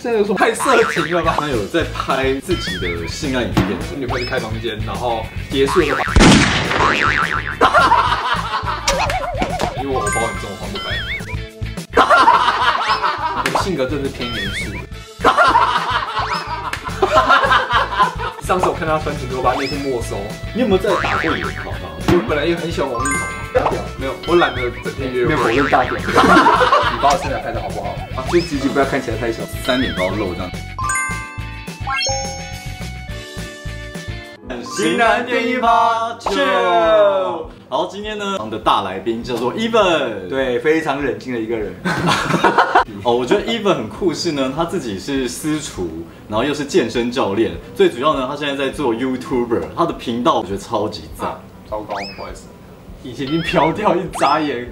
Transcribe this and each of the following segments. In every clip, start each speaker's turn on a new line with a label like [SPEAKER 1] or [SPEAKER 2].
[SPEAKER 1] 这有什么太色情了吧？
[SPEAKER 2] 他有在拍自己的性爱影片，
[SPEAKER 1] 女朋友去开房间，然后结束了吧？因为我偶包很重，我还不开。我的性格真的是偏严肃的。 上次我看他穿裙子，我把内裤没收。
[SPEAKER 2] 你有没有在打过野炮吗？
[SPEAKER 1] 我本来也很喜欢王力宏，大屌没有，我懒得整天约
[SPEAKER 3] 没有否
[SPEAKER 1] 会。
[SPEAKER 3] 认大点，
[SPEAKER 1] 你把我身材拍的好不好？
[SPEAKER 3] 啊就自己不要看起来太小。
[SPEAKER 2] 三点包肉这样。型男电一趴
[SPEAKER 3] 秀
[SPEAKER 2] 好，今天呢，我们的大来宾叫做 Even。，
[SPEAKER 3] 对，非常冷静的一个人。
[SPEAKER 2] 哦，我觉得 Even 很酷是呢，他自己是私厨，然后又是健身教练，最主要呢，他现在在做 YouTuber，他的频道我觉得超级赞。
[SPEAKER 1] 糟糕，不好意思，以前已经飘掉，一眨眼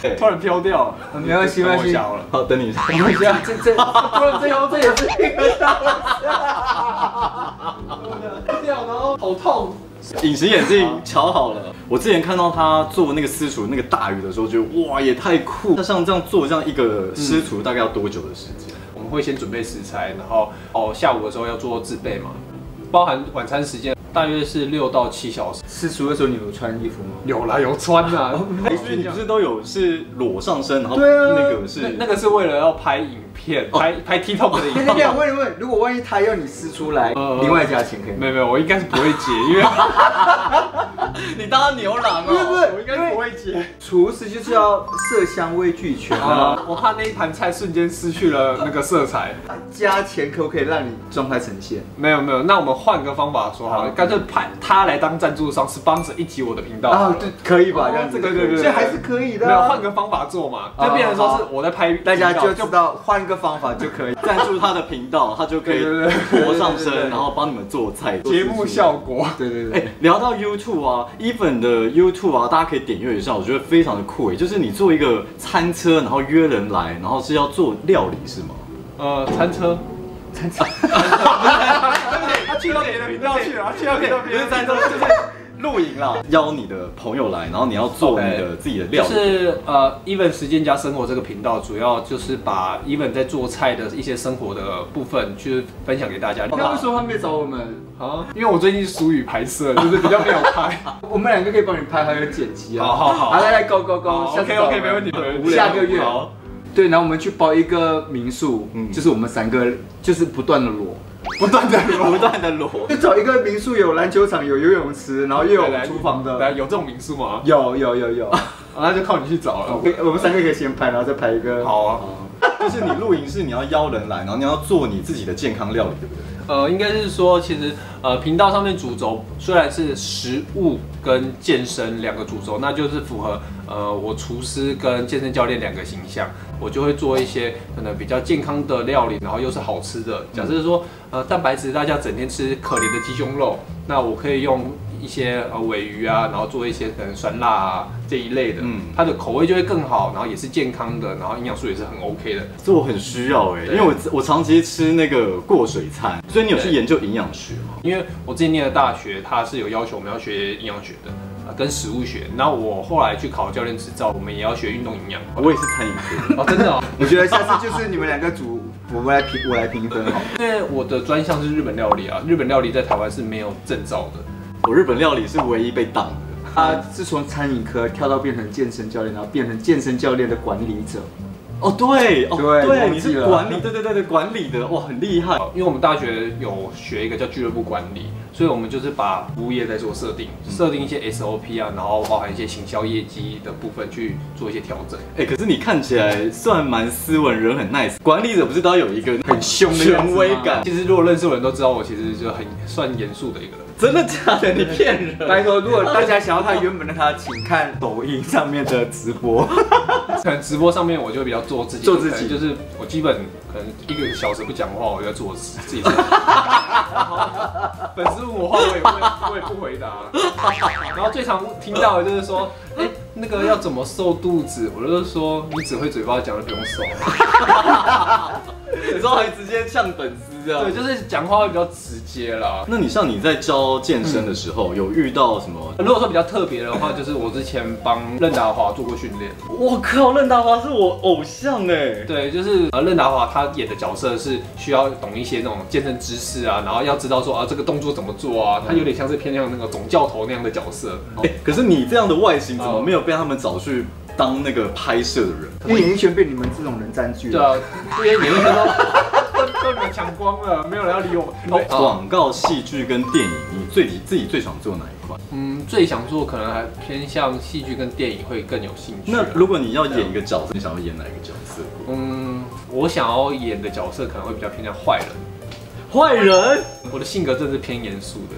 [SPEAKER 2] 对
[SPEAKER 1] 突然飘掉了，
[SPEAKER 3] 没关系
[SPEAKER 1] 等我
[SPEAKER 3] 没关系
[SPEAKER 1] 一下好了。
[SPEAKER 2] 好，等你一下。
[SPEAKER 3] 等一下，这这，不然最后这也是一个大
[SPEAKER 1] 掉，然后好痛。
[SPEAKER 2] 隐形眼镜瞧好了。我之前看到他做那个私厨那个大鱼的时候，觉得哇也太酷。他像这样做这样一个私厨，大概要多久的时间？
[SPEAKER 1] 我们会先准备食材，然后哦下午的时候要做自备嘛，包含晚餐时间大约是六到七小时。
[SPEAKER 3] 私塾的时候你有穿衣服吗？
[SPEAKER 1] 有啦，有穿啦。
[SPEAKER 2] 哎，所以你不是都有是裸上身，然后
[SPEAKER 3] 对啊
[SPEAKER 2] 那个
[SPEAKER 1] 那
[SPEAKER 2] 是
[SPEAKER 1] 那个是为了要拍影片，拍拍 TikTok 的影
[SPEAKER 3] 等一下，
[SPEAKER 1] 片
[SPEAKER 3] 我。问你问，如果万一他要你私出来，
[SPEAKER 1] 呃
[SPEAKER 3] 另外加钱可以
[SPEAKER 1] 没
[SPEAKER 3] 吗？
[SPEAKER 1] 有没有，我应该是不会接，因为
[SPEAKER 2] 你当他牛郎
[SPEAKER 3] 不是不
[SPEAKER 2] 哦。
[SPEAKER 3] 是
[SPEAKER 1] 我应该啊不会接
[SPEAKER 3] 厨师就是要色香味俱全啊。
[SPEAKER 1] 啊，我怕那一盘菜瞬间失去了那个色彩。
[SPEAKER 3] 加钱可不可以让你状态呈现？
[SPEAKER 1] 没有没有，那我们换个方法说好了，
[SPEAKER 3] 好
[SPEAKER 1] 干脆派他来当赞助商，sponsor 一集我的频道
[SPEAKER 3] 啊，对，可以吧？
[SPEAKER 1] 哦
[SPEAKER 3] 这样子，
[SPEAKER 1] 这个对对对
[SPEAKER 3] 所以还是可以的啊。啊
[SPEAKER 1] 没有换个方法做嘛，就变成说是我在拍，
[SPEAKER 3] 大家就
[SPEAKER 1] 就
[SPEAKER 3] 知道换一个方法就可以。
[SPEAKER 2] 赞助他的频道，他就可以
[SPEAKER 1] 对对对
[SPEAKER 2] 脱上
[SPEAKER 3] 对对对
[SPEAKER 2] 身，
[SPEAKER 3] 对
[SPEAKER 2] 然后帮你们做菜。做
[SPEAKER 1] 节
[SPEAKER 2] 私厨
[SPEAKER 1] 目效果。
[SPEAKER 3] 对对
[SPEAKER 2] 哎、
[SPEAKER 3] 对，
[SPEAKER 2] 聊到 YouTube 啊，Even 的 YouTube 啊，大家可以点阅一下，我觉得非常的酷哎。就是你做一个餐车，然后约人来，然后是要做料理是吗？
[SPEAKER 1] 呃，餐车，
[SPEAKER 3] 餐车
[SPEAKER 1] 他去到别的频道去了，他去到别的
[SPEAKER 2] 不
[SPEAKER 1] 频
[SPEAKER 2] 是
[SPEAKER 1] 道。
[SPEAKER 2] 在这，就是露营啦，邀你的朋友来，然后你要做你的自己的
[SPEAKER 1] 就
[SPEAKER 2] 料理。
[SPEAKER 1] 是呃，Even 时间加生活这个频道，主要就是把 Even 在做菜的一些生活的部分，去分享给大家。
[SPEAKER 3] 你刚刚 说他没找我们，
[SPEAKER 1] 啊，因为我最近疏于拍摄，就是比较没有拍。
[SPEAKER 3] 我们两个可以帮你拍，还有剪辑啊。
[SPEAKER 1] 好好好
[SPEAKER 3] 来来，go go go，下次
[SPEAKER 1] OK
[SPEAKER 3] 找我
[SPEAKER 1] OK，
[SPEAKER 3] 们
[SPEAKER 1] 没问题，没问题。
[SPEAKER 3] 下个月
[SPEAKER 1] 好
[SPEAKER 3] 对，然后我们去包一个民宿，
[SPEAKER 2] 嗯
[SPEAKER 3] 就是我们三个就是 不断的裸，
[SPEAKER 2] 不断的 裸，不断的裸。
[SPEAKER 3] 就找一个民宿有篮球场、有游泳池，然后又有厨房
[SPEAKER 1] 来
[SPEAKER 3] 的，
[SPEAKER 1] 有这种民宿吗？
[SPEAKER 3] 有有有有。
[SPEAKER 1] 啊那就靠你去找
[SPEAKER 2] 哦
[SPEAKER 1] 了。
[SPEAKER 3] 我们三个可以先拍，然后再拍一个。，
[SPEAKER 1] 好啊，
[SPEAKER 2] 就是你露营是你要邀人来，然后你要做你自己的健康料理，对不对？
[SPEAKER 1] 呃，应该是说，其实呃，频道上面主轴虽然是食物跟健身两个主轴，那就是符合呃我厨师跟健身教练两个形象，我就会做一些可能比较健康的料理，然后又是好吃的。假设说呃蛋白质，大家整天吃可怜的鸡胸肉，那我可以用一些呃尾鱼啊，然后做一些可能酸辣啊这一类的，
[SPEAKER 2] 嗯
[SPEAKER 1] 它的口味就会更好，然后也是健康的，然后营养素也是很 OK 的。
[SPEAKER 2] 这我很需要哎、
[SPEAKER 1] 对
[SPEAKER 2] 因为我我长期吃那个过水餐，所以你有去
[SPEAKER 1] 对
[SPEAKER 2] 研究营养学吗？
[SPEAKER 1] 因为我自己念的大学，它是有要求我们要学营养学的，呃跟食物学。那我后来去考教练执照，我们也要学运动营养。
[SPEAKER 2] 我也是餐饮 科。
[SPEAKER 1] 哦，真的哦，
[SPEAKER 3] 我觉得下次就是你们两个组，我们来评，我来评 分好了。
[SPEAKER 1] 因为我的专项是日本料理啊，日本料理在台湾是没有证照的。
[SPEAKER 2] 我日本料理是唯一被挡的。
[SPEAKER 3] 他是从餐饮科跳到变成健身教练，然后变成健身教练的管理者。
[SPEAKER 2] 哦，对，哦，
[SPEAKER 3] 对忘记
[SPEAKER 2] 你是
[SPEAKER 3] 了
[SPEAKER 2] 管理，对对对对，管理的，哇，很厉害。
[SPEAKER 1] 呃因为我们大学有学一个叫俱乐部管理，所以我们就是把服务业在做设定，设定一些 SOP 啊，然后包含一些行销业绩的部分去做一些调整。
[SPEAKER 2] 哎、可是你看起来算蛮斯文，人很 nice。管理者不是都要有一个
[SPEAKER 3] 很凶的样子吗
[SPEAKER 2] 权威感？
[SPEAKER 1] 其实如果认识我的人都知道，我其实就很算严肃的一个人。
[SPEAKER 2] 真的假的？你骗人！
[SPEAKER 3] 拜托，如果大家想要他原本的他，请看抖音上面的直播。
[SPEAKER 1] 可能直播上面我就会比较做自己，
[SPEAKER 3] 做自己
[SPEAKER 1] 可能就是我基本可能一个小时不讲话，我就在做我自己的事。粉丝问我话，我也不会，我也不回答。然后最常听到的就是说，哎、那个要怎么瘦肚子？我就是说，你只会嘴巴讲，就不用瘦。
[SPEAKER 2] 之后还直接呛粉丝这样
[SPEAKER 1] 对，。就是讲话会比较直接啦。
[SPEAKER 2] 那你像你在教健身的时候，有遇到什么？
[SPEAKER 1] 如果说比较特别的话，就是我之前帮任达华做过训练。
[SPEAKER 2] 我靠，任达华是我偶像哎！
[SPEAKER 1] 对，就是呃，任达华他演的角色是需要懂一些那种健身知识啊，然后要知道说啊这个动作怎么做啊，他有点像是偏向那个总教头那样的角色。哦
[SPEAKER 2] 哎，可是你这样的外形，怎么没有被他们找去当那个拍摄的人？
[SPEAKER 3] 因为演艺圈被你们这种人占据
[SPEAKER 1] 对
[SPEAKER 3] 了。
[SPEAKER 1] 啊，这些演艺圈都都 都被你们抢光了，没有人要理我们。哦，
[SPEAKER 2] 广告、戏剧跟电影，你最自己最想做哪一块？
[SPEAKER 1] 嗯，最想做可能还偏向戏剧跟电影会更有兴趣。啊
[SPEAKER 2] 那如果你要演一个角色，你想要演哪一个角色？
[SPEAKER 1] 嗯，我想要演的角色可能会比较偏向坏人。
[SPEAKER 2] 坏人？
[SPEAKER 1] 我的性格真的是偏严肃的。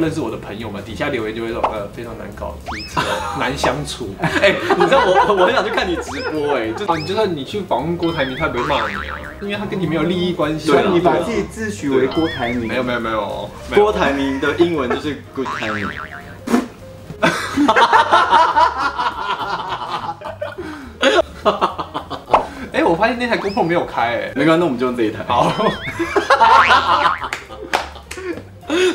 [SPEAKER 1] 认识我的朋友们，底下留言就会说，呃，非常难搞，机车， 难相 处。
[SPEAKER 2] 哎、你知道我 我很想去看你直播哎、就
[SPEAKER 1] 啊，你就算你去访问郭台铭，他也不会骂你啊，因为他跟你没有利益关系啊。
[SPEAKER 3] 所以
[SPEAKER 2] 对啊
[SPEAKER 3] 你把自己自诩为郭台铭
[SPEAKER 1] 没，有没有没有，没有
[SPEAKER 2] 郭台铭的英文就是 good timing。
[SPEAKER 1] 哎、我发现那台 GoPro 没有开哎、
[SPEAKER 2] 没关系，那我们就用这一台。
[SPEAKER 1] 好，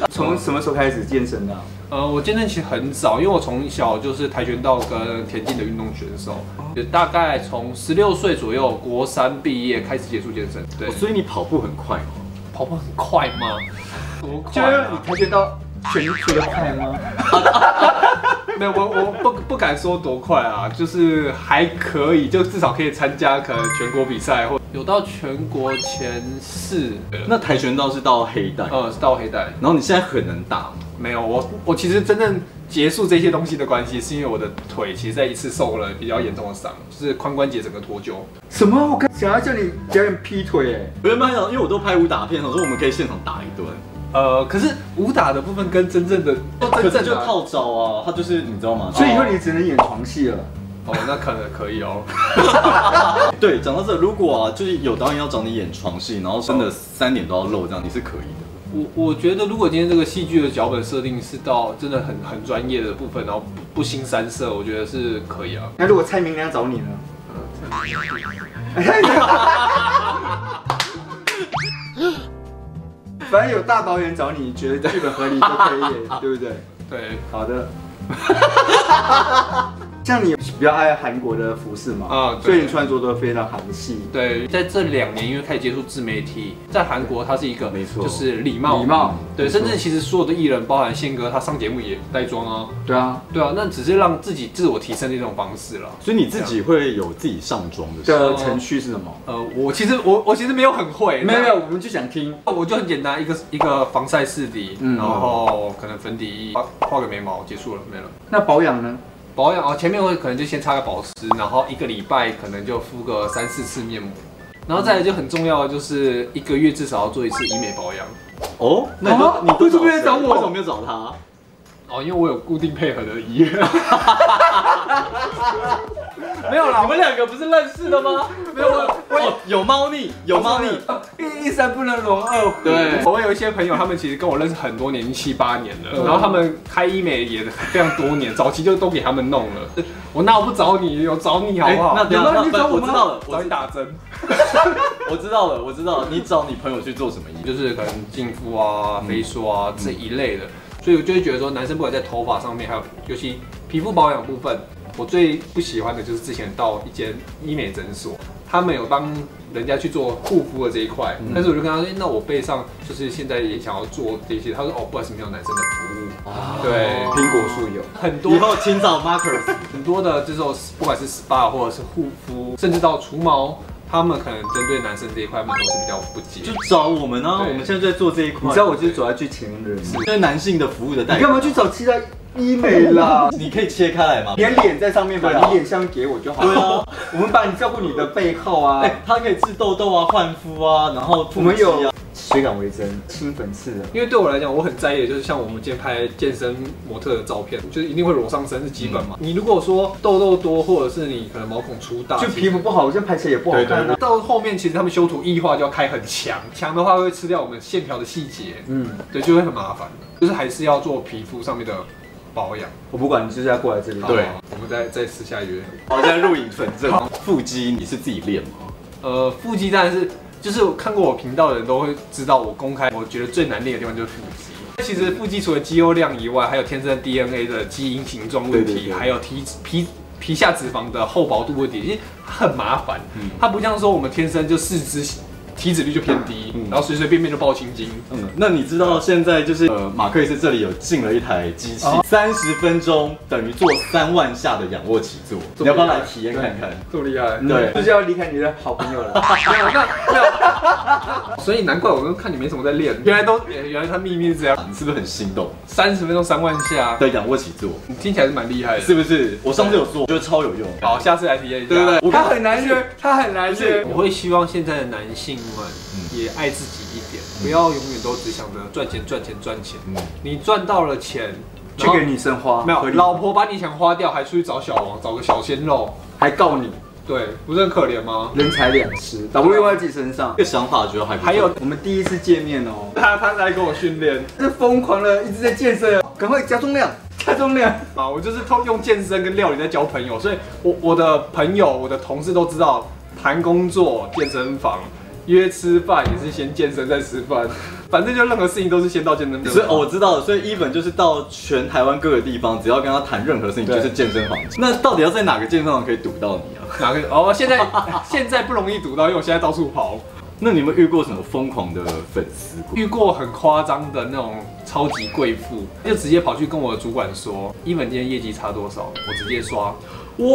[SPEAKER 3] 从什么时候开始健身的啊？
[SPEAKER 1] 呃，我健身其实很早，因为我从小就是跆拳道跟田径的运动选手，就大概从十六岁左右，国三毕业开始接触健身。对，
[SPEAKER 2] 哦所以你跑步很快哦。
[SPEAKER 1] 跑步很快吗？ 多
[SPEAKER 3] 就
[SPEAKER 1] 快、
[SPEAKER 3] 是
[SPEAKER 1] 啊
[SPEAKER 3] 你？跆拳道拳学的快吗？
[SPEAKER 1] 没有，我我不不敢说多快啊，就是还可以，就至少可以参加可能全国比赛或有到全国前四。
[SPEAKER 2] 那跆拳道是到黑带，
[SPEAKER 1] 呃，是到黑带
[SPEAKER 2] 然后你现在很能打吗？
[SPEAKER 1] 没有我，我其实真正结束这些东西的关系，是因为我的腿其实在一次受了比较严重的伤，就是髋关节整个脱臼。
[SPEAKER 3] 什么？我刚想要叫你表演劈腿哎。
[SPEAKER 2] 我原本还想，因为我都拍武打片，我说我们可以现场打一顿，
[SPEAKER 1] 呃，可是武打的部分跟真正的，
[SPEAKER 2] 可
[SPEAKER 3] 哦
[SPEAKER 1] 真
[SPEAKER 2] 是
[SPEAKER 1] 正
[SPEAKER 2] 就
[SPEAKER 1] 的啊
[SPEAKER 2] 套招啊，他就是你知道吗？
[SPEAKER 3] 所以以后你只能演床戏了。
[SPEAKER 1] 哦，那可能可以哦。
[SPEAKER 2] 对，讲到这，如果啊，就是有导演要找你演床戏，然后真的三点都要露，这样你是可以的。
[SPEAKER 1] 我我觉得，如果今天这个戏剧的脚本设定是到真的很很专业的部分，然后不不新三色，我觉得是可以啊。
[SPEAKER 3] 那如果蔡明亮找你呢？ 反正有大导演找你，觉得剧本合理就可以演，对不对？
[SPEAKER 1] 对，
[SPEAKER 3] 好的。 像你比较爱韩国的服饰嘛，
[SPEAKER 1] 啊对
[SPEAKER 3] 所以你穿着都非常韩系。
[SPEAKER 1] 对，在这两年因为开始接触自媒体，在韩国它是一个
[SPEAKER 2] 没错
[SPEAKER 1] 就是礼貌
[SPEAKER 3] 礼貌
[SPEAKER 1] 对，
[SPEAKER 3] 没错
[SPEAKER 1] 甚至其实所有的艺人，包含宪哥，他上节目也带妆啊，
[SPEAKER 3] 对啊，
[SPEAKER 1] 对啊，那只是让自己自我提升的一种方式了。
[SPEAKER 2] 所以你自己会有自己上妆的时候，
[SPEAKER 3] 的程序是什么？
[SPEAKER 1] 呃，我其实我我其实没有很会，
[SPEAKER 3] 没有没
[SPEAKER 1] 那
[SPEAKER 3] 有，我们就想听。
[SPEAKER 1] 我就很简单，一个一个防晒试底，
[SPEAKER 3] 嗯
[SPEAKER 1] 然后可能粉底液，画画个眉毛，结束了，没了。
[SPEAKER 3] 那保养呢？
[SPEAKER 1] 保养哦，前面我可能就先擦个保湿，然后一个礼拜可能就敷个三四次面膜，然后再来就很重要的就是一个月至少要做一次医美保养。
[SPEAKER 2] 哦，那你都、
[SPEAKER 3] 啊
[SPEAKER 2] 你都
[SPEAKER 3] 为什么没有
[SPEAKER 2] 谁
[SPEAKER 3] 找我
[SPEAKER 2] 为什么没有找他？
[SPEAKER 1] 哦，因为我有固定配合的医院。 没有啦，我们两个不是认识的吗？没有，
[SPEAKER 3] 啊
[SPEAKER 1] 我
[SPEAKER 2] 哦，有猫腻，有猫腻。
[SPEAKER 1] 一一山不能容二虎。
[SPEAKER 2] 对嗯
[SPEAKER 1] 我有一些朋友，他们其实跟我认识很多年，七八年了，然后他们开医美也非常多年，早期就都给他们弄了。我那我不找你，有找你好不好？
[SPEAKER 2] 哎那等
[SPEAKER 1] 有
[SPEAKER 2] 一下
[SPEAKER 1] 没有
[SPEAKER 2] 那
[SPEAKER 1] 去找我
[SPEAKER 2] 我知道了我
[SPEAKER 1] 找
[SPEAKER 2] 知
[SPEAKER 1] 你打针。
[SPEAKER 2] 我知道了，我知道了，你找你朋友去做什么医？
[SPEAKER 1] 就是可能净肤
[SPEAKER 2] 嗯
[SPEAKER 1] 啊、飞梭啊这一类的，所以我就会觉得说，男生不管在头发上面，还有尤其皮肤保养部分，我最不喜欢的就是之前到一间医美诊所，他们有帮人家去做护肤的这一块，
[SPEAKER 2] 嗯
[SPEAKER 1] 但是我就跟他说，诶那我背上就是现在也想要做这些，他说哦，不好意思，没有男生的服务，哎对
[SPEAKER 3] 苹果树有。
[SPEAKER 1] 很
[SPEAKER 2] 啊以
[SPEAKER 1] 多
[SPEAKER 2] 后请找 Marcus。
[SPEAKER 1] 很多的这种不管是 SPA 或者是护肤，甚至到除毛，他们可能针对男生这一块，他们都是比较不解
[SPEAKER 2] 就。找我们啊！
[SPEAKER 1] 对
[SPEAKER 2] 我们现在就在做这一块。
[SPEAKER 3] 你知道我就是走在最前人，
[SPEAKER 2] 现在男性的服务的代
[SPEAKER 3] 你
[SPEAKER 2] 言
[SPEAKER 3] 干，嘛去找其他医美 啦？
[SPEAKER 2] 你可以切开来吗？
[SPEAKER 3] 你的脸在上面吧，
[SPEAKER 2] 对啊
[SPEAKER 3] 你脸像给我就好。
[SPEAKER 2] 对啊，
[SPEAKER 3] 我们把你照顾你的背后啊。
[SPEAKER 2] 哎、它可以治痘痘啊、换肤啊，然后
[SPEAKER 3] 我
[SPEAKER 2] 腹
[SPEAKER 3] 们
[SPEAKER 2] 肌
[SPEAKER 3] 有
[SPEAKER 2] 啊。
[SPEAKER 3] 水感微针、清粉刺的。
[SPEAKER 1] 因为对我来讲，我很在意的就是像我们今天拍健身模特的照片，就是一定会裸上身是基本嘛。你如果说痘痘多，或者是你可能毛孔粗大，
[SPEAKER 3] 嗯就皮肤不好，现在拍起来也不好
[SPEAKER 1] 啊对
[SPEAKER 3] 看
[SPEAKER 1] 对
[SPEAKER 3] 啊。
[SPEAKER 1] 到后面其实他们修图异化就要开很强，强的话会吃掉我们线条的细节，
[SPEAKER 3] 嗯，
[SPEAKER 1] 对，就会很麻烦。就是还是要做皮肤上面的保养。
[SPEAKER 3] 我不管，你就是要过来这里。
[SPEAKER 1] 好
[SPEAKER 2] 对
[SPEAKER 1] 我们再再私下约。
[SPEAKER 2] 好，现在录影存证。腹肌你是自己练吗？
[SPEAKER 1] 呃，腹肌当然是就是看过我频道的人都会知道，我公开我觉得最难练的地方就是腹肌。其实腹肌除了肌肉量以外，还有天生 DNA 的基因形状问题，
[SPEAKER 2] 对对对
[SPEAKER 1] 还有体皮皮下脂肪的厚薄度问题，其实很麻烦。
[SPEAKER 2] 嗯
[SPEAKER 1] 它不像说我们天生就四肢体脂率就偏低，
[SPEAKER 2] 嗯
[SPEAKER 1] 然后随随便便就爆青筋。
[SPEAKER 2] 嗯，那你知道现在就是呃，马克思这里有进了一台机器，三十、分钟等于做三万下的仰卧起坐，
[SPEAKER 1] 这么
[SPEAKER 2] 你要不要
[SPEAKER 1] 厉害嗯
[SPEAKER 2] 来体验看看？
[SPEAKER 1] 这么厉害，
[SPEAKER 2] 对
[SPEAKER 3] 就是要离开你的好朋友了。
[SPEAKER 1] 没有那没有所以难怪我都看你没什么在练，原来都原来他秘密是这样，
[SPEAKER 2] 啊你是不是很心动
[SPEAKER 1] 三十分钟三万下，
[SPEAKER 2] 的仰卧起坐？
[SPEAKER 1] 你听起来是蛮厉害的。
[SPEAKER 2] 是不是？我上次有做，我觉得超有用。
[SPEAKER 1] 好，下次来体验一下。
[SPEAKER 2] 对不对？我
[SPEAKER 3] 他很难学，他很难学。
[SPEAKER 1] 我会希望现在的男性
[SPEAKER 3] 嗯
[SPEAKER 1] 们也爱自己一点，不要永远都只想着赚钱、赚钱、赚钱。
[SPEAKER 2] 嗯
[SPEAKER 1] 你赚到了钱，
[SPEAKER 3] 去给女生花，
[SPEAKER 1] 然后
[SPEAKER 3] 合
[SPEAKER 1] 没
[SPEAKER 3] 理
[SPEAKER 1] 有老婆把你钱花掉，还出去找小王，找个小鲜肉，
[SPEAKER 3] 还告你
[SPEAKER 1] 对，不是很可怜吗？
[SPEAKER 3] 人财两失，倒不如用在自己身上
[SPEAKER 2] 这。个想法觉得还不错
[SPEAKER 1] 还有
[SPEAKER 3] 我们第一次见面哦，
[SPEAKER 1] 他他来跟我训练
[SPEAKER 3] 这疯狂的一直在健身，赶快加重量，加重量。
[SPEAKER 1] 嘛，我就是通用健身跟料理在交朋友，所以我我的朋友、我的同事都知道，谈工作、健身房、约吃饭也是先健身再吃饭，反正就任何事情都是先到健身房。
[SPEAKER 2] 所以哦我知道了，所以 even 就是到全台湾各个地方，只要跟他谈任何事情，
[SPEAKER 1] 对
[SPEAKER 2] 就是健身房。那到底要在哪个健身房可以堵到你啊？
[SPEAKER 1] 哪个？哦，现在 现在不容易堵到，因为我现在到处跑，
[SPEAKER 2] 那你有没有遇过什么疯狂的粉丝？
[SPEAKER 1] 遇过很夸张的那种超级贵妇，就直接跑去跟我的主管说，一本今天业绩差多少，我直接刷，
[SPEAKER 2] 哇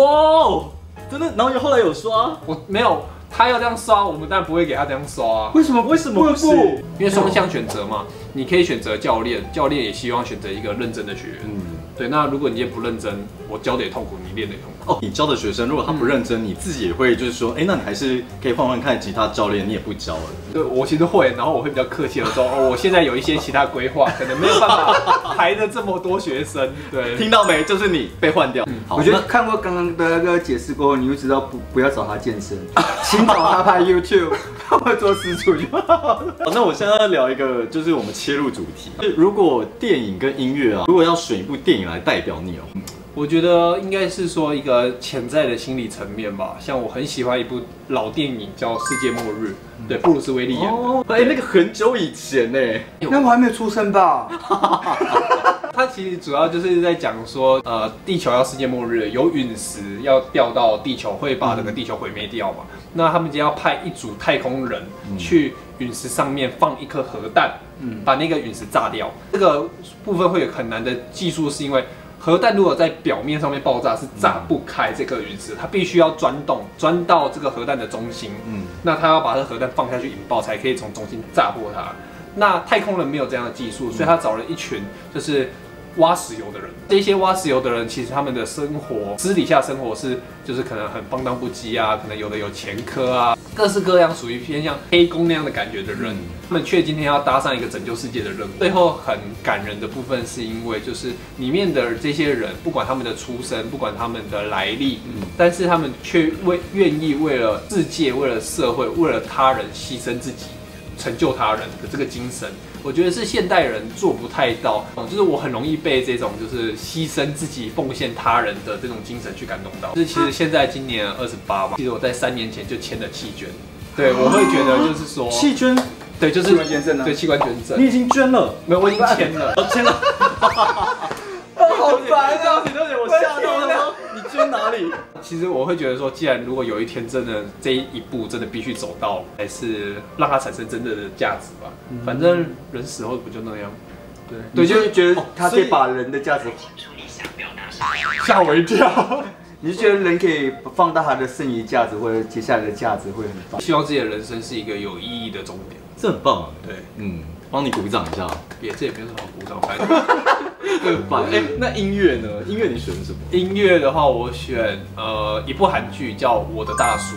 [SPEAKER 2] 哦，真的？然后后来有啊刷？
[SPEAKER 1] 我没有。他要这样刷，我们当然不会给他这样刷啊，
[SPEAKER 2] 为什么？为什么不是？
[SPEAKER 3] 不
[SPEAKER 1] 因为双向选择嘛，你可以选择教练，教练也希望选择一个认真的学员。
[SPEAKER 2] 嗯，
[SPEAKER 1] 对，那如果你也不认真，我教的也痛苦，你练的也痛苦。
[SPEAKER 2] 哦，你教的学生如果他不认真，你自己也会就是说，哎、那你还是可以换换看其他教练，你也不教了。
[SPEAKER 1] 对，我其实会，然后我会比较客气的说，哦，我现在有一些其他规划，可能没有办法排的这么多学生。对，
[SPEAKER 2] 听到没？就是你被换掉。好，
[SPEAKER 3] 我觉得看过刚刚的那个解释过后，你就知道不不要找他健身，请找他拍 YouTube，他会做私处就
[SPEAKER 2] 好，那我现在要聊一个，就是我们切入主题，就是如果电影跟音乐啊，如果要选一部电影来代表你哦，
[SPEAKER 1] 我觉得应该是说一个潜在的心理层面吧。像我很喜欢一部老电影叫《世界末日》，对，布鲁斯威利演的。
[SPEAKER 2] 哦，哎、那个很久以前呢、
[SPEAKER 3] 那我还没有出生吧？
[SPEAKER 1] 它其实主要就是在讲说，呃，地球要世界末日，有陨石要掉到地球，会把整个地球毁灭掉嘛。那他们就要派一组太空人去陨石上面放一颗核弹，
[SPEAKER 3] 嗯
[SPEAKER 1] 把那个陨石炸掉。这个部分会有很难的技术，是因为核弹如果在表面上面爆炸是炸不开这个陨石，它必须要钻洞，钻到这个核弹的中心。
[SPEAKER 2] 嗯，
[SPEAKER 1] 那他要把这核弹放下去引爆，才可以从中心炸破它。那太空人没有这样的技术，所以他找了一群就是挖石油的人。这些挖石油的人，其实他们的生活私底下生活是就是可能很放荡不羁啊，可能有的有前科啊，各式各样属于偏向黑工那样的感觉的人，
[SPEAKER 2] 嗯
[SPEAKER 1] 他们却今天要搭上一个拯救世界的任务。最后很感人的部分是因为就是里面的这些人，不管他们的出身，不管他们的来历，
[SPEAKER 2] 嗯
[SPEAKER 1] 但是他们却为愿意为了世界、为了社会、为了他人牺牲自己，成就他人的这个精神，我觉得是现代人做不太到。嗯就是我很容易被这种就是牺牲自己、奉献他人的这种精神去感动到。就是其实现在今年二十八嘛，其实我在三年前就签了弃捐。对，我会觉得就是说，
[SPEAKER 2] 弃捐，
[SPEAKER 1] 对，就是
[SPEAKER 3] 器官捐赠啊
[SPEAKER 1] 对，器官捐赠
[SPEAKER 2] 你。已经捐了，
[SPEAKER 1] 没有，我已经签 了。
[SPEAKER 2] 哦，签了，
[SPEAKER 3] 哦好烦
[SPEAKER 2] 对
[SPEAKER 3] 啊！
[SPEAKER 2] 不起，对不起，我吓到了，你捐哪里？
[SPEAKER 1] 其实我会觉得说，既然如果有一天真的这一步真的必须走到，还是让它产生真正的价值吧。
[SPEAKER 3] 嗯
[SPEAKER 1] 反正人死后不就那样？对，
[SPEAKER 3] 对，
[SPEAKER 1] 对，
[SPEAKER 3] 就
[SPEAKER 1] 就是是
[SPEAKER 3] 觉得他
[SPEAKER 2] 所以
[SPEAKER 3] 哦可以把人的价值，
[SPEAKER 1] 吓我一跳。
[SPEAKER 3] 你是觉得人可以放大他的剩余价值或者接下来的价值会很棒。
[SPEAKER 1] 希望自己的人生是一个有意义的终点。
[SPEAKER 2] 这很棒，
[SPEAKER 1] 对，
[SPEAKER 2] 嗯，帮你鼓掌一下。
[SPEAKER 1] 也这也没有什么好鼓掌，反正
[SPEAKER 2] 很棒。哎、那音乐呢？音乐你选什么？
[SPEAKER 1] 音乐的话，我选呃一部韩剧叫《我的大叔》，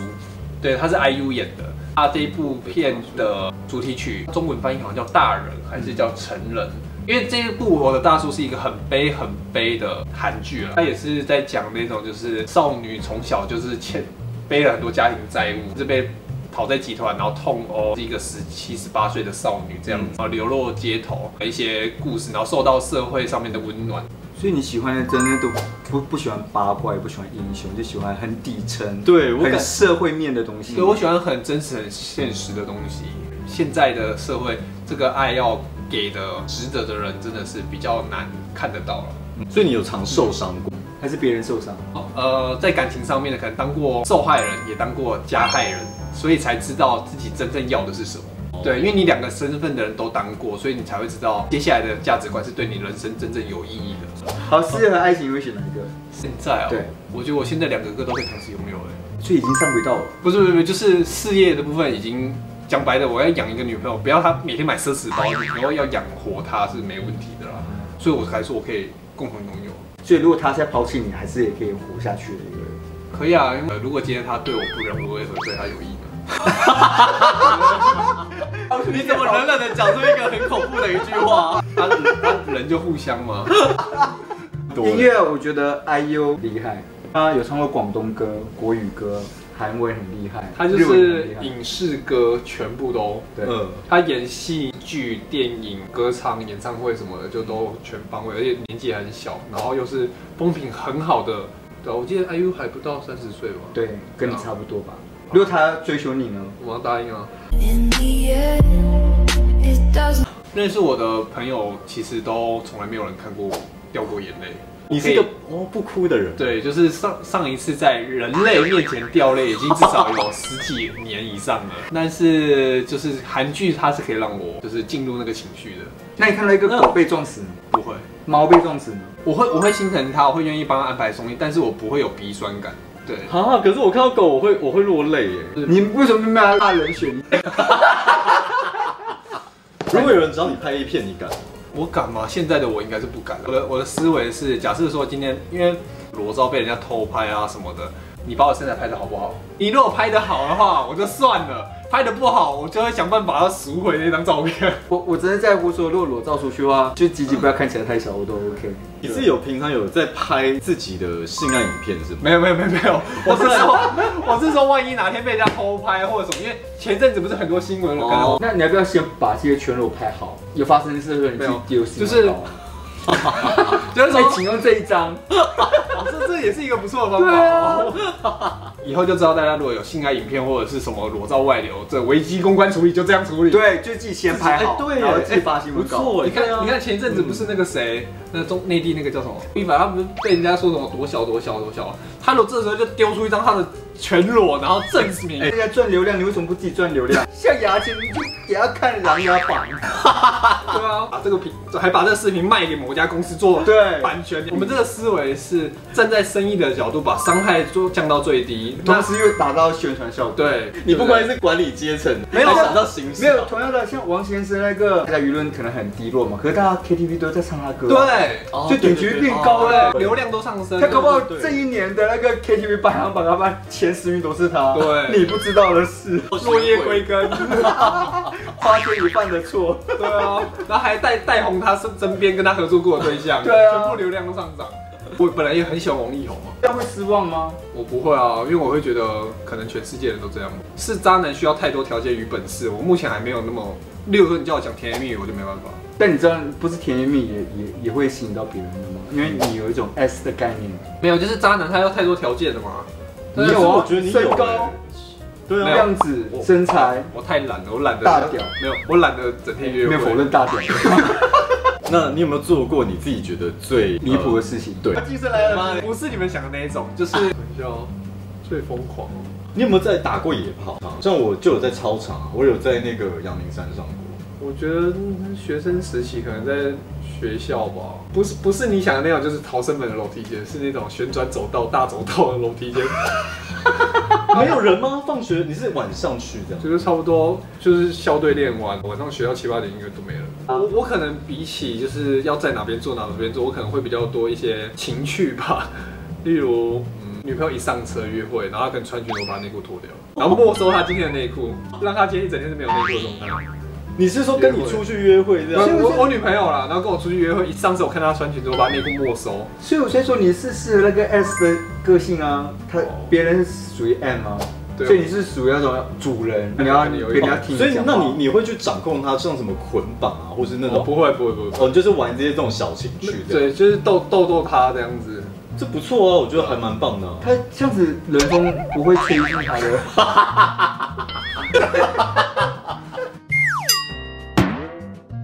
[SPEAKER 1] 对，他是 IU 演的。他这一部片的主题曲，中文翻译好像叫《大人》还是叫《成人》。因为这一部《我的大叔》是一个很悲很悲的韩剧啊，他也是在讲那种就是少女从小就是欠背了很多家庭债务，是被讨债集团，然后痛殴是一个十七、十八岁的少女这样子，然后流落街头的一些故事，然后受到社会上面的温暖。
[SPEAKER 3] 所以你喜欢的真的都不不喜欢八卦，也不喜欢英雄，就喜欢很底层，
[SPEAKER 2] 对我感
[SPEAKER 3] 很社会面的东西。
[SPEAKER 1] 所以我喜欢很真实、很现实的东西。现在的社会，这个爱要给的值得的人，真的是比较难看得到了。
[SPEAKER 2] 所以你有常受伤过？
[SPEAKER 3] 还是别人受伤，
[SPEAKER 1] 呃，在感情上面呢，可能当过受害人，也当过加害人，所以才知道自己真正要的是什么。对，因为你两个身份的人都当过，所以你才会知道接下来的价值观是对你人生真正有意义的。
[SPEAKER 3] 好适合爱情，你会选哪一个？
[SPEAKER 1] 现在啊、
[SPEAKER 3] 对
[SPEAKER 1] 我觉得我现在两个歌都可以同时拥有、哎，
[SPEAKER 3] 所以已经上轨道了。
[SPEAKER 1] 不是不是不是，就是事业的部分已经讲白的，我要养一个女朋友，不要她每天买奢侈包，然后要养活她是没问题的啦。
[SPEAKER 3] 嗯
[SPEAKER 1] 所以我才说我可以共同拥有。
[SPEAKER 3] 所以如果他现在抛弃你，还是也可以活下去的一个人。
[SPEAKER 1] 可以啊，因为、呃如果今天他对我不仁，我为何对他有意呢？
[SPEAKER 2] 你怎么冷冷的讲出一个很恐怖的一句话？
[SPEAKER 1] 他他人就互相 嘛。
[SPEAKER 3] 音乐我觉得 IU 厉害，他有唱过广东歌、国语歌，韩文很厉害，
[SPEAKER 1] 他就
[SPEAKER 3] 日文也很
[SPEAKER 1] 是
[SPEAKER 3] 厉害
[SPEAKER 1] 影视歌全部都，
[SPEAKER 3] 对，
[SPEAKER 2] 嗯，
[SPEAKER 1] 他演戏剧、电影、歌唱、演唱会什么的就都全方位，而且年纪也很小，然后又是风评很好的。对啊，我记得 IU 还不到三十岁吧？，
[SPEAKER 3] 对，跟你差不多吧。如果他追求你呢？
[SPEAKER 1] 我要答应啊。
[SPEAKER 4] In the end, it doesn't.
[SPEAKER 1] 认识我的朋友其实都从来没有人看过我掉过眼泪。
[SPEAKER 2] 你是一个哦不哭的人，
[SPEAKER 1] 对，就是上上一次在人类面前掉泪，已经至少有十几年以上了。但是就是韩剧，它是可以让我就是进入那个情绪的，
[SPEAKER 3] 那你看到一个狗被撞死呢，
[SPEAKER 1] 不会，
[SPEAKER 3] 猫被撞死呢？
[SPEAKER 1] 我会我会心疼他，我会愿意帮他安排送医，但是我不会有鼻酸感。对，
[SPEAKER 2] 啊，可是我看到狗我会我会落泪耶。
[SPEAKER 3] 你为什么没有拉人选？
[SPEAKER 2] 如果有人找你拍 A 片，你敢？
[SPEAKER 1] 我敢吗？现在的我应该是不敢了。我的我的思维是，假设说今天因为裸照被人家偷拍啊什么的，你把我身材拍的好不好？你如果拍的好的话，我就算了；拍的不好，我就会想办法要赎回那张照片。
[SPEAKER 3] 我我真的在乎说，如果裸照出去的话，就鸡鸡不要看起来太小，我都 OK。
[SPEAKER 2] 你是有平常有在拍自己的性爱影片是吗？
[SPEAKER 1] 没有没有没有没有，我是说 我是说，万一哪天被人家偷拍或者什么，因为前阵子不是很多新闻了，可能
[SPEAKER 3] 哦，那你要不要先把这些全裸拍好？有发生事的时候你自己丢新
[SPEAKER 1] 就是
[SPEAKER 3] 闻 稿。
[SPEAKER 1] 就是
[SPEAKER 3] 所以
[SPEAKER 1] 说，
[SPEAKER 3] 请用这一张。
[SPEAKER 1] 这这也是一个不错的方法。哦。 以后就知道大家如果有性爱影片或者是什么裸照外流，这危机公关处理就这样处理。，
[SPEAKER 3] 对，就自己先拍好，
[SPEAKER 2] 哎对耶
[SPEAKER 3] 然后自己发新闻
[SPEAKER 2] 哎不
[SPEAKER 3] 稿。
[SPEAKER 2] 错
[SPEAKER 1] 你
[SPEAKER 2] 对啊
[SPEAKER 1] 看你看前一阵子不是那个谁，那中内地那个叫什么一凡，他不是被人家说什么多小多小多小，他如果这时候就丢出一张他的全裸，然后证明。
[SPEAKER 3] 人家赚流量，你为什么不自己赚流量？像牙签，你就给他看《琅琊榜》。
[SPEAKER 1] 对啊，把这个频还把这个视频卖给某家公司做
[SPEAKER 3] 对
[SPEAKER 1] 版权。我们这个思维是站在生意的角度，把伤害做降到最低。
[SPEAKER 3] 同
[SPEAKER 1] 那
[SPEAKER 3] 时又达到宣传效果。，
[SPEAKER 1] 对，
[SPEAKER 2] 你不
[SPEAKER 1] 管
[SPEAKER 2] 管是管理阶层，
[SPEAKER 3] 没有
[SPEAKER 2] 还想到形式，
[SPEAKER 3] 没有同样的，像王先生那个，大家舆论可能很低落嘛，可是大家 KTV 都在唱他歌。啊
[SPEAKER 1] 对，
[SPEAKER 2] 哦
[SPEAKER 3] 就点击率变高
[SPEAKER 2] 对对对
[SPEAKER 3] 了
[SPEAKER 2] 哦。
[SPEAKER 1] 流量都上升。
[SPEAKER 3] 他搞不好
[SPEAKER 2] 对对
[SPEAKER 3] 这一年的那个 KTV 排行榜，他把前十名都是他。
[SPEAKER 1] 对
[SPEAKER 3] 你不知道的事，
[SPEAKER 1] 落叶归根，
[SPEAKER 3] 花千骨犯的错。
[SPEAKER 1] 对啊，然后还带带红他身身边跟他合作过的对象，
[SPEAKER 3] 对啊
[SPEAKER 1] 全部流量都上涨。我本来也很喜欢王力宏啊，
[SPEAKER 3] 这样会失望吗？
[SPEAKER 1] 我不会啊，因为我会觉得可能全世界人都这样。是渣男需要太多条件与本事，我目前还没有那么。例如说你叫我讲甜言蜜语，我就没办法。
[SPEAKER 3] 但你知道，不是甜言蜜语也也也会吸引到别人的吗？因为你有一种 S 的概念。
[SPEAKER 1] 没有，就是渣男他要太多条件了嘛。
[SPEAKER 2] 但是我觉得你有啊哎
[SPEAKER 3] 啊身高、
[SPEAKER 2] 对
[SPEAKER 1] 没有
[SPEAKER 2] 啊，
[SPEAKER 3] 样子
[SPEAKER 1] 我、
[SPEAKER 3] 身材，
[SPEAKER 1] 我太懒了，我懒得
[SPEAKER 3] 大屌
[SPEAKER 1] 没有，我懒得整天约
[SPEAKER 3] 没
[SPEAKER 1] 会。
[SPEAKER 3] 有否认大 点
[SPEAKER 2] 那你有没有做过你自己觉得最
[SPEAKER 3] 离谱的
[SPEAKER 2] 呃
[SPEAKER 3] 事情。
[SPEAKER 2] 对，
[SPEAKER 3] 精神来
[SPEAKER 1] 妈的，不是你们想的那一种，就是叫最疯狂。
[SPEAKER 2] 你有没有在打过野炮？像我就有在操场，啊我有在那个阳明山上过。
[SPEAKER 1] 我觉得学生时期可能在学校吧，不是不是你想的那种，就是逃生门的楼梯间，是那种旋转走道、大走道的楼梯间，
[SPEAKER 2] 没有人吗？放学你是晚上去这样？
[SPEAKER 1] 就是差不多就是校队练完，晚上学校七八点应该都没了。啊我我可能比起就是要在哪边坐哪边坐，我可能会比较多一些情趣吧， 例如。嗯女朋友一上车约会，然后她可能穿裙子，我把内裤脱掉，然后没收她今天的内裤，让她今天一整天是没有内裤的状态。
[SPEAKER 2] 你是说跟你出去约会这
[SPEAKER 1] 然后
[SPEAKER 2] 样？
[SPEAKER 1] 我我女朋友啦，然后跟我出去约会，一上车我看她穿裙子，我把内裤没收。
[SPEAKER 3] 所以我先说你是适合那个 S 的个性啊，他
[SPEAKER 1] 哦
[SPEAKER 3] 别人是属于 M 啊，
[SPEAKER 1] 对
[SPEAKER 3] 所以你是属于那种主人，
[SPEAKER 2] 哎
[SPEAKER 3] 你要
[SPEAKER 1] 可能有一
[SPEAKER 3] 给人
[SPEAKER 1] 点
[SPEAKER 3] 家听
[SPEAKER 2] 所以
[SPEAKER 3] 讲话
[SPEAKER 2] 那你你会去掌控它，像什么捆绑啊，或是那
[SPEAKER 1] 我
[SPEAKER 2] 种哦
[SPEAKER 1] 不会不会不会，
[SPEAKER 2] 哦，你就是玩这些这种小情趣这样。
[SPEAKER 1] 对，就是逗逗逗她这样子。
[SPEAKER 2] 这不错啊，我觉得还蛮棒的啊、
[SPEAKER 3] 他这样子人风不会吹进他的。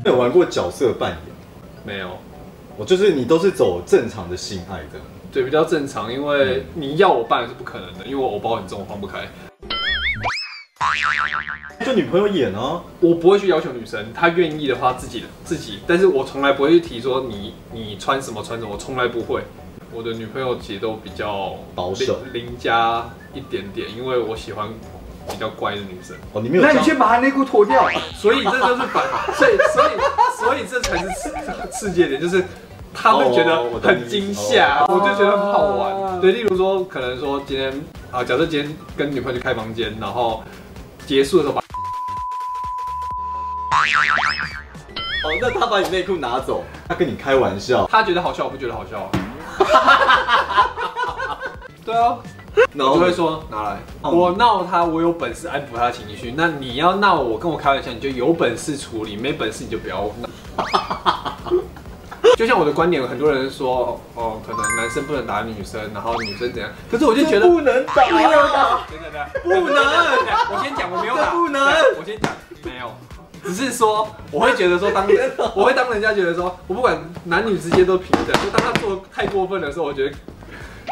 [SPEAKER 2] 没有玩过角色扮演，
[SPEAKER 1] 没有，
[SPEAKER 2] 我哦就是你都是走正常的性爱的。
[SPEAKER 1] 对，比较正常，因为你要我办是不可能的，因为我偶包很重，我放不开。
[SPEAKER 2] 就女朋友演啊，
[SPEAKER 1] 我不会去要求女生，她愿意的话自己自己，但是我从来不会去提说你你穿什么穿什么，我从来不会。我的女朋友其实都比较
[SPEAKER 2] 保守
[SPEAKER 1] 邻邻家一点点，因为我喜欢比较乖的女生，
[SPEAKER 2] 哦，你没有
[SPEAKER 3] 那
[SPEAKER 2] 教，
[SPEAKER 3] 你先把他内裤脱掉。
[SPEAKER 1] 所以这就是反，所以 所以所以这才是刺世界点，就是。他们觉
[SPEAKER 2] 哦
[SPEAKER 1] 得
[SPEAKER 2] 我懂你
[SPEAKER 1] 很
[SPEAKER 2] 意思啊
[SPEAKER 1] 惊吓，我
[SPEAKER 3] 哦
[SPEAKER 1] 就觉得很好玩。
[SPEAKER 3] 哦
[SPEAKER 1] 对，例如说，可能说今天啊，假设今天跟女朋友去开房间，然后结束的时候把
[SPEAKER 2] 哦，那他把你内裤拿走，他跟你开玩笑，
[SPEAKER 1] 他觉得好笑，我不觉得好笑啊。啊 对啊，
[SPEAKER 2] 然
[SPEAKER 1] 我就
[SPEAKER 2] 后
[SPEAKER 1] 会说拿来，嗯
[SPEAKER 2] 哦
[SPEAKER 1] 我闹他，我有本事安抚他的情绪。那你要闹我，跟我开玩笑，你就有本事处理，没本事你就不要 闹。就像我的观点，很多人说哦，可能男生不能打女生，然后女生怎样，可是我就觉得
[SPEAKER 2] 不能打，
[SPEAKER 1] 真的的不能。我先讲，我没有打，
[SPEAKER 2] 不能
[SPEAKER 1] 我先讲，没有。只是说，我会觉得说当，我会当人家觉得说，我不管男女之间都平等。就当他做得太过分的时候，我觉得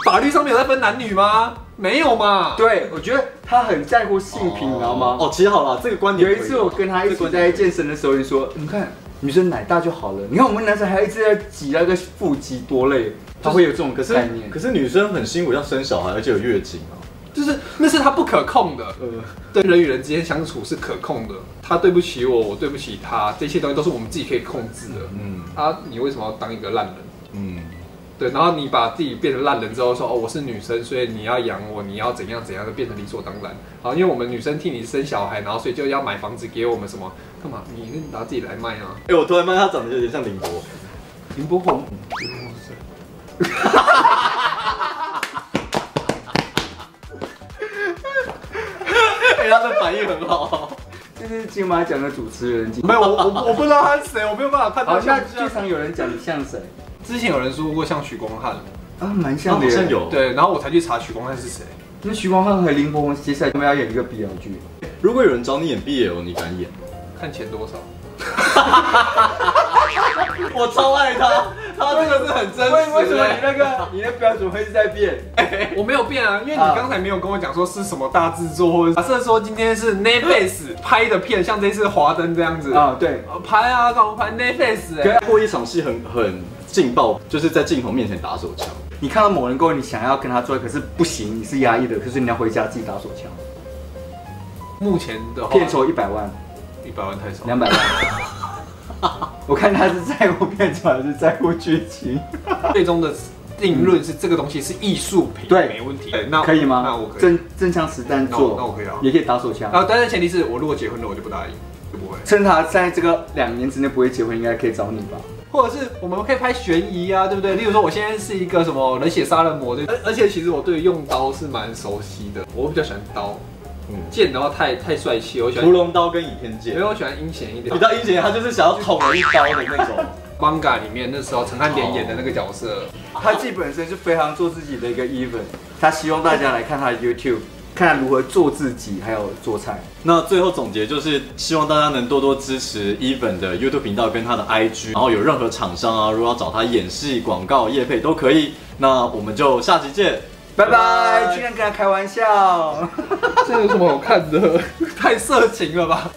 [SPEAKER 1] 法律上面有在分男女吗？没有嘛。
[SPEAKER 3] 对，我觉得他很在乎性平，你知道吗？
[SPEAKER 2] 哦，其实好了，这个观点
[SPEAKER 3] 有
[SPEAKER 2] 可以
[SPEAKER 3] 一次我跟他一起在健身的时候，就说：“你看女生奶大就好了，你看我们男生还一直在挤那个腹肌，多累。”他会有这种
[SPEAKER 2] 可是
[SPEAKER 3] 概念
[SPEAKER 2] 可。是女生很辛苦要生小孩，而且有月经啊。
[SPEAKER 1] 就是那是他不可控的。
[SPEAKER 3] 呃，
[SPEAKER 1] 对人与人之间相处是可控的，他对不起我，我对不起他，这些东西都是我们自己可以控制的。
[SPEAKER 2] 嗯
[SPEAKER 1] 啊，你为什么要当一个烂人？
[SPEAKER 2] 嗯，
[SPEAKER 1] 对，然后你把自己变成烂人之后说，哦，我是女生，所以你要养我，你要怎样怎样的，变成理所当然。好，因为我们女生替你生小孩，然后所以就要买房子给我们什么干嘛？你拿自己来卖啊？
[SPEAKER 2] 哎、我突然发现他长得有点像林博，
[SPEAKER 1] 林柏宏，
[SPEAKER 2] 哎、他的反应很好。
[SPEAKER 3] 这是金马奖的主持人。
[SPEAKER 1] 没有，我我我不知道他是谁，我没有办法判
[SPEAKER 3] 好，
[SPEAKER 1] 断
[SPEAKER 3] 那
[SPEAKER 1] 像
[SPEAKER 3] 剧场有人讲你像谁？
[SPEAKER 1] 之前有人说过像许光汉，
[SPEAKER 3] 啊，蛮像的
[SPEAKER 2] 好
[SPEAKER 3] 耶。
[SPEAKER 2] 像有
[SPEAKER 1] 对，然后我才去查许光汉是谁。
[SPEAKER 3] 那徐光汉和林柏宏接下来他们要演一个 BL 剧，
[SPEAKER 2] 如果有人找你演 BL，你敢演？
[SPEAKER 1] 看钱多少？
[SPEAKER 2] 我超爱他，他这个是很真
[SPEAKER 3] 为为什么
[SPEAKER 1] 欸
[SPEAKER 3] 你那个你的标准会一直在变？
[SPEAKER 1] 我没有变啊，因为你刚才没有跟我讲说是什么大制作，或者假设说今天是 Netflix 拍的片，像这次《华灯》这样子啊，
[SPEAKER 3] 啊，对，
[SPEAKER 1] 拍啊，干嘛拍 Netflix 哎、
[SPEAKER 2] 对过一场戏很很劲爆，就是在镜头面前打手枪。
[SPEAKER 3] 你看到某人过后，你想要跟他做爱，可是不行，你是压抑的，可是你要回家自己打手枪，
[SPEAKER 1] 目前的话，
[SPEAKER 3] 片酬一百万、
[SPEAKER 1] 一百万太少，
[SPEAKER 3] 两百万。 我看他是在乎片酬还是在乎剧情？
[SPEAKER 1] 最终的定论是这个东西是艺术品，
[SPEAKER 3] 对
[SPEAKER 1] 没问题。对那
[SPEAKER 3] 可以吗？
[SPEAKER 1] 那我可以。
[SPEAKER 3] 真真枪实弹
[SPEAKER 1] 那我
[SPEAKER 3] 做，
[SPEAKER 1] 那我可以啊
[SPEAKER 3] 也可以打手枪。
[SPEAKER 1] 啊，但是前提是我如果结婚了，我就不答应，就不会。
[SPEAKER 3] 趁他在这个两年之内不会结婚，应该可以找你吧？
[SPEAKER 1] 或者是我们可以拍悬疑啊，对不对？例如说我现在是一个什么冷血杀人魔，对。而而且其实我对用刀是蛮熟悉的，我比较喜欢刀，
[SPEAKER 2] 嗯，
[SPEAKER 1] 剑的话太太帅气，我喜
[SPEAKER 2] 屠
[SPEAKER 1] 欢。
[SPEAKER 2] 龙刀跟倚天
[SPEAKER 1] 因
[SPEAKER 2] 剑
[SPEAKER 1] 为。我喜欢阴险一点
[SPEAKER 2] 比，较阴险，他就是想要捅我一刀的那种。
[SPEAKER 1] 《manga》里面那时候陈汉典演的那个角色，
[SPEAKER 3] 他自己本身是非常做自己的一个 even，他希望大家来看他的 YouTube，看他如何做自己，还有做菜。
[SPEAKER 2] 那最后总结就是，希望大家能多多支持 Even 的 YouTube 频道跟他的 IG，然后有任何厂商啊，如果要找他演戏、广告、业配都可以。那我们就下期见。
[SPEAKER 3] 拜
[SPEAKER 2] 拜
[SPEAKER 3] 拜，居然跟他开玩笑。
[SPEAKER 1] 这有什么好看的？太色情了吧！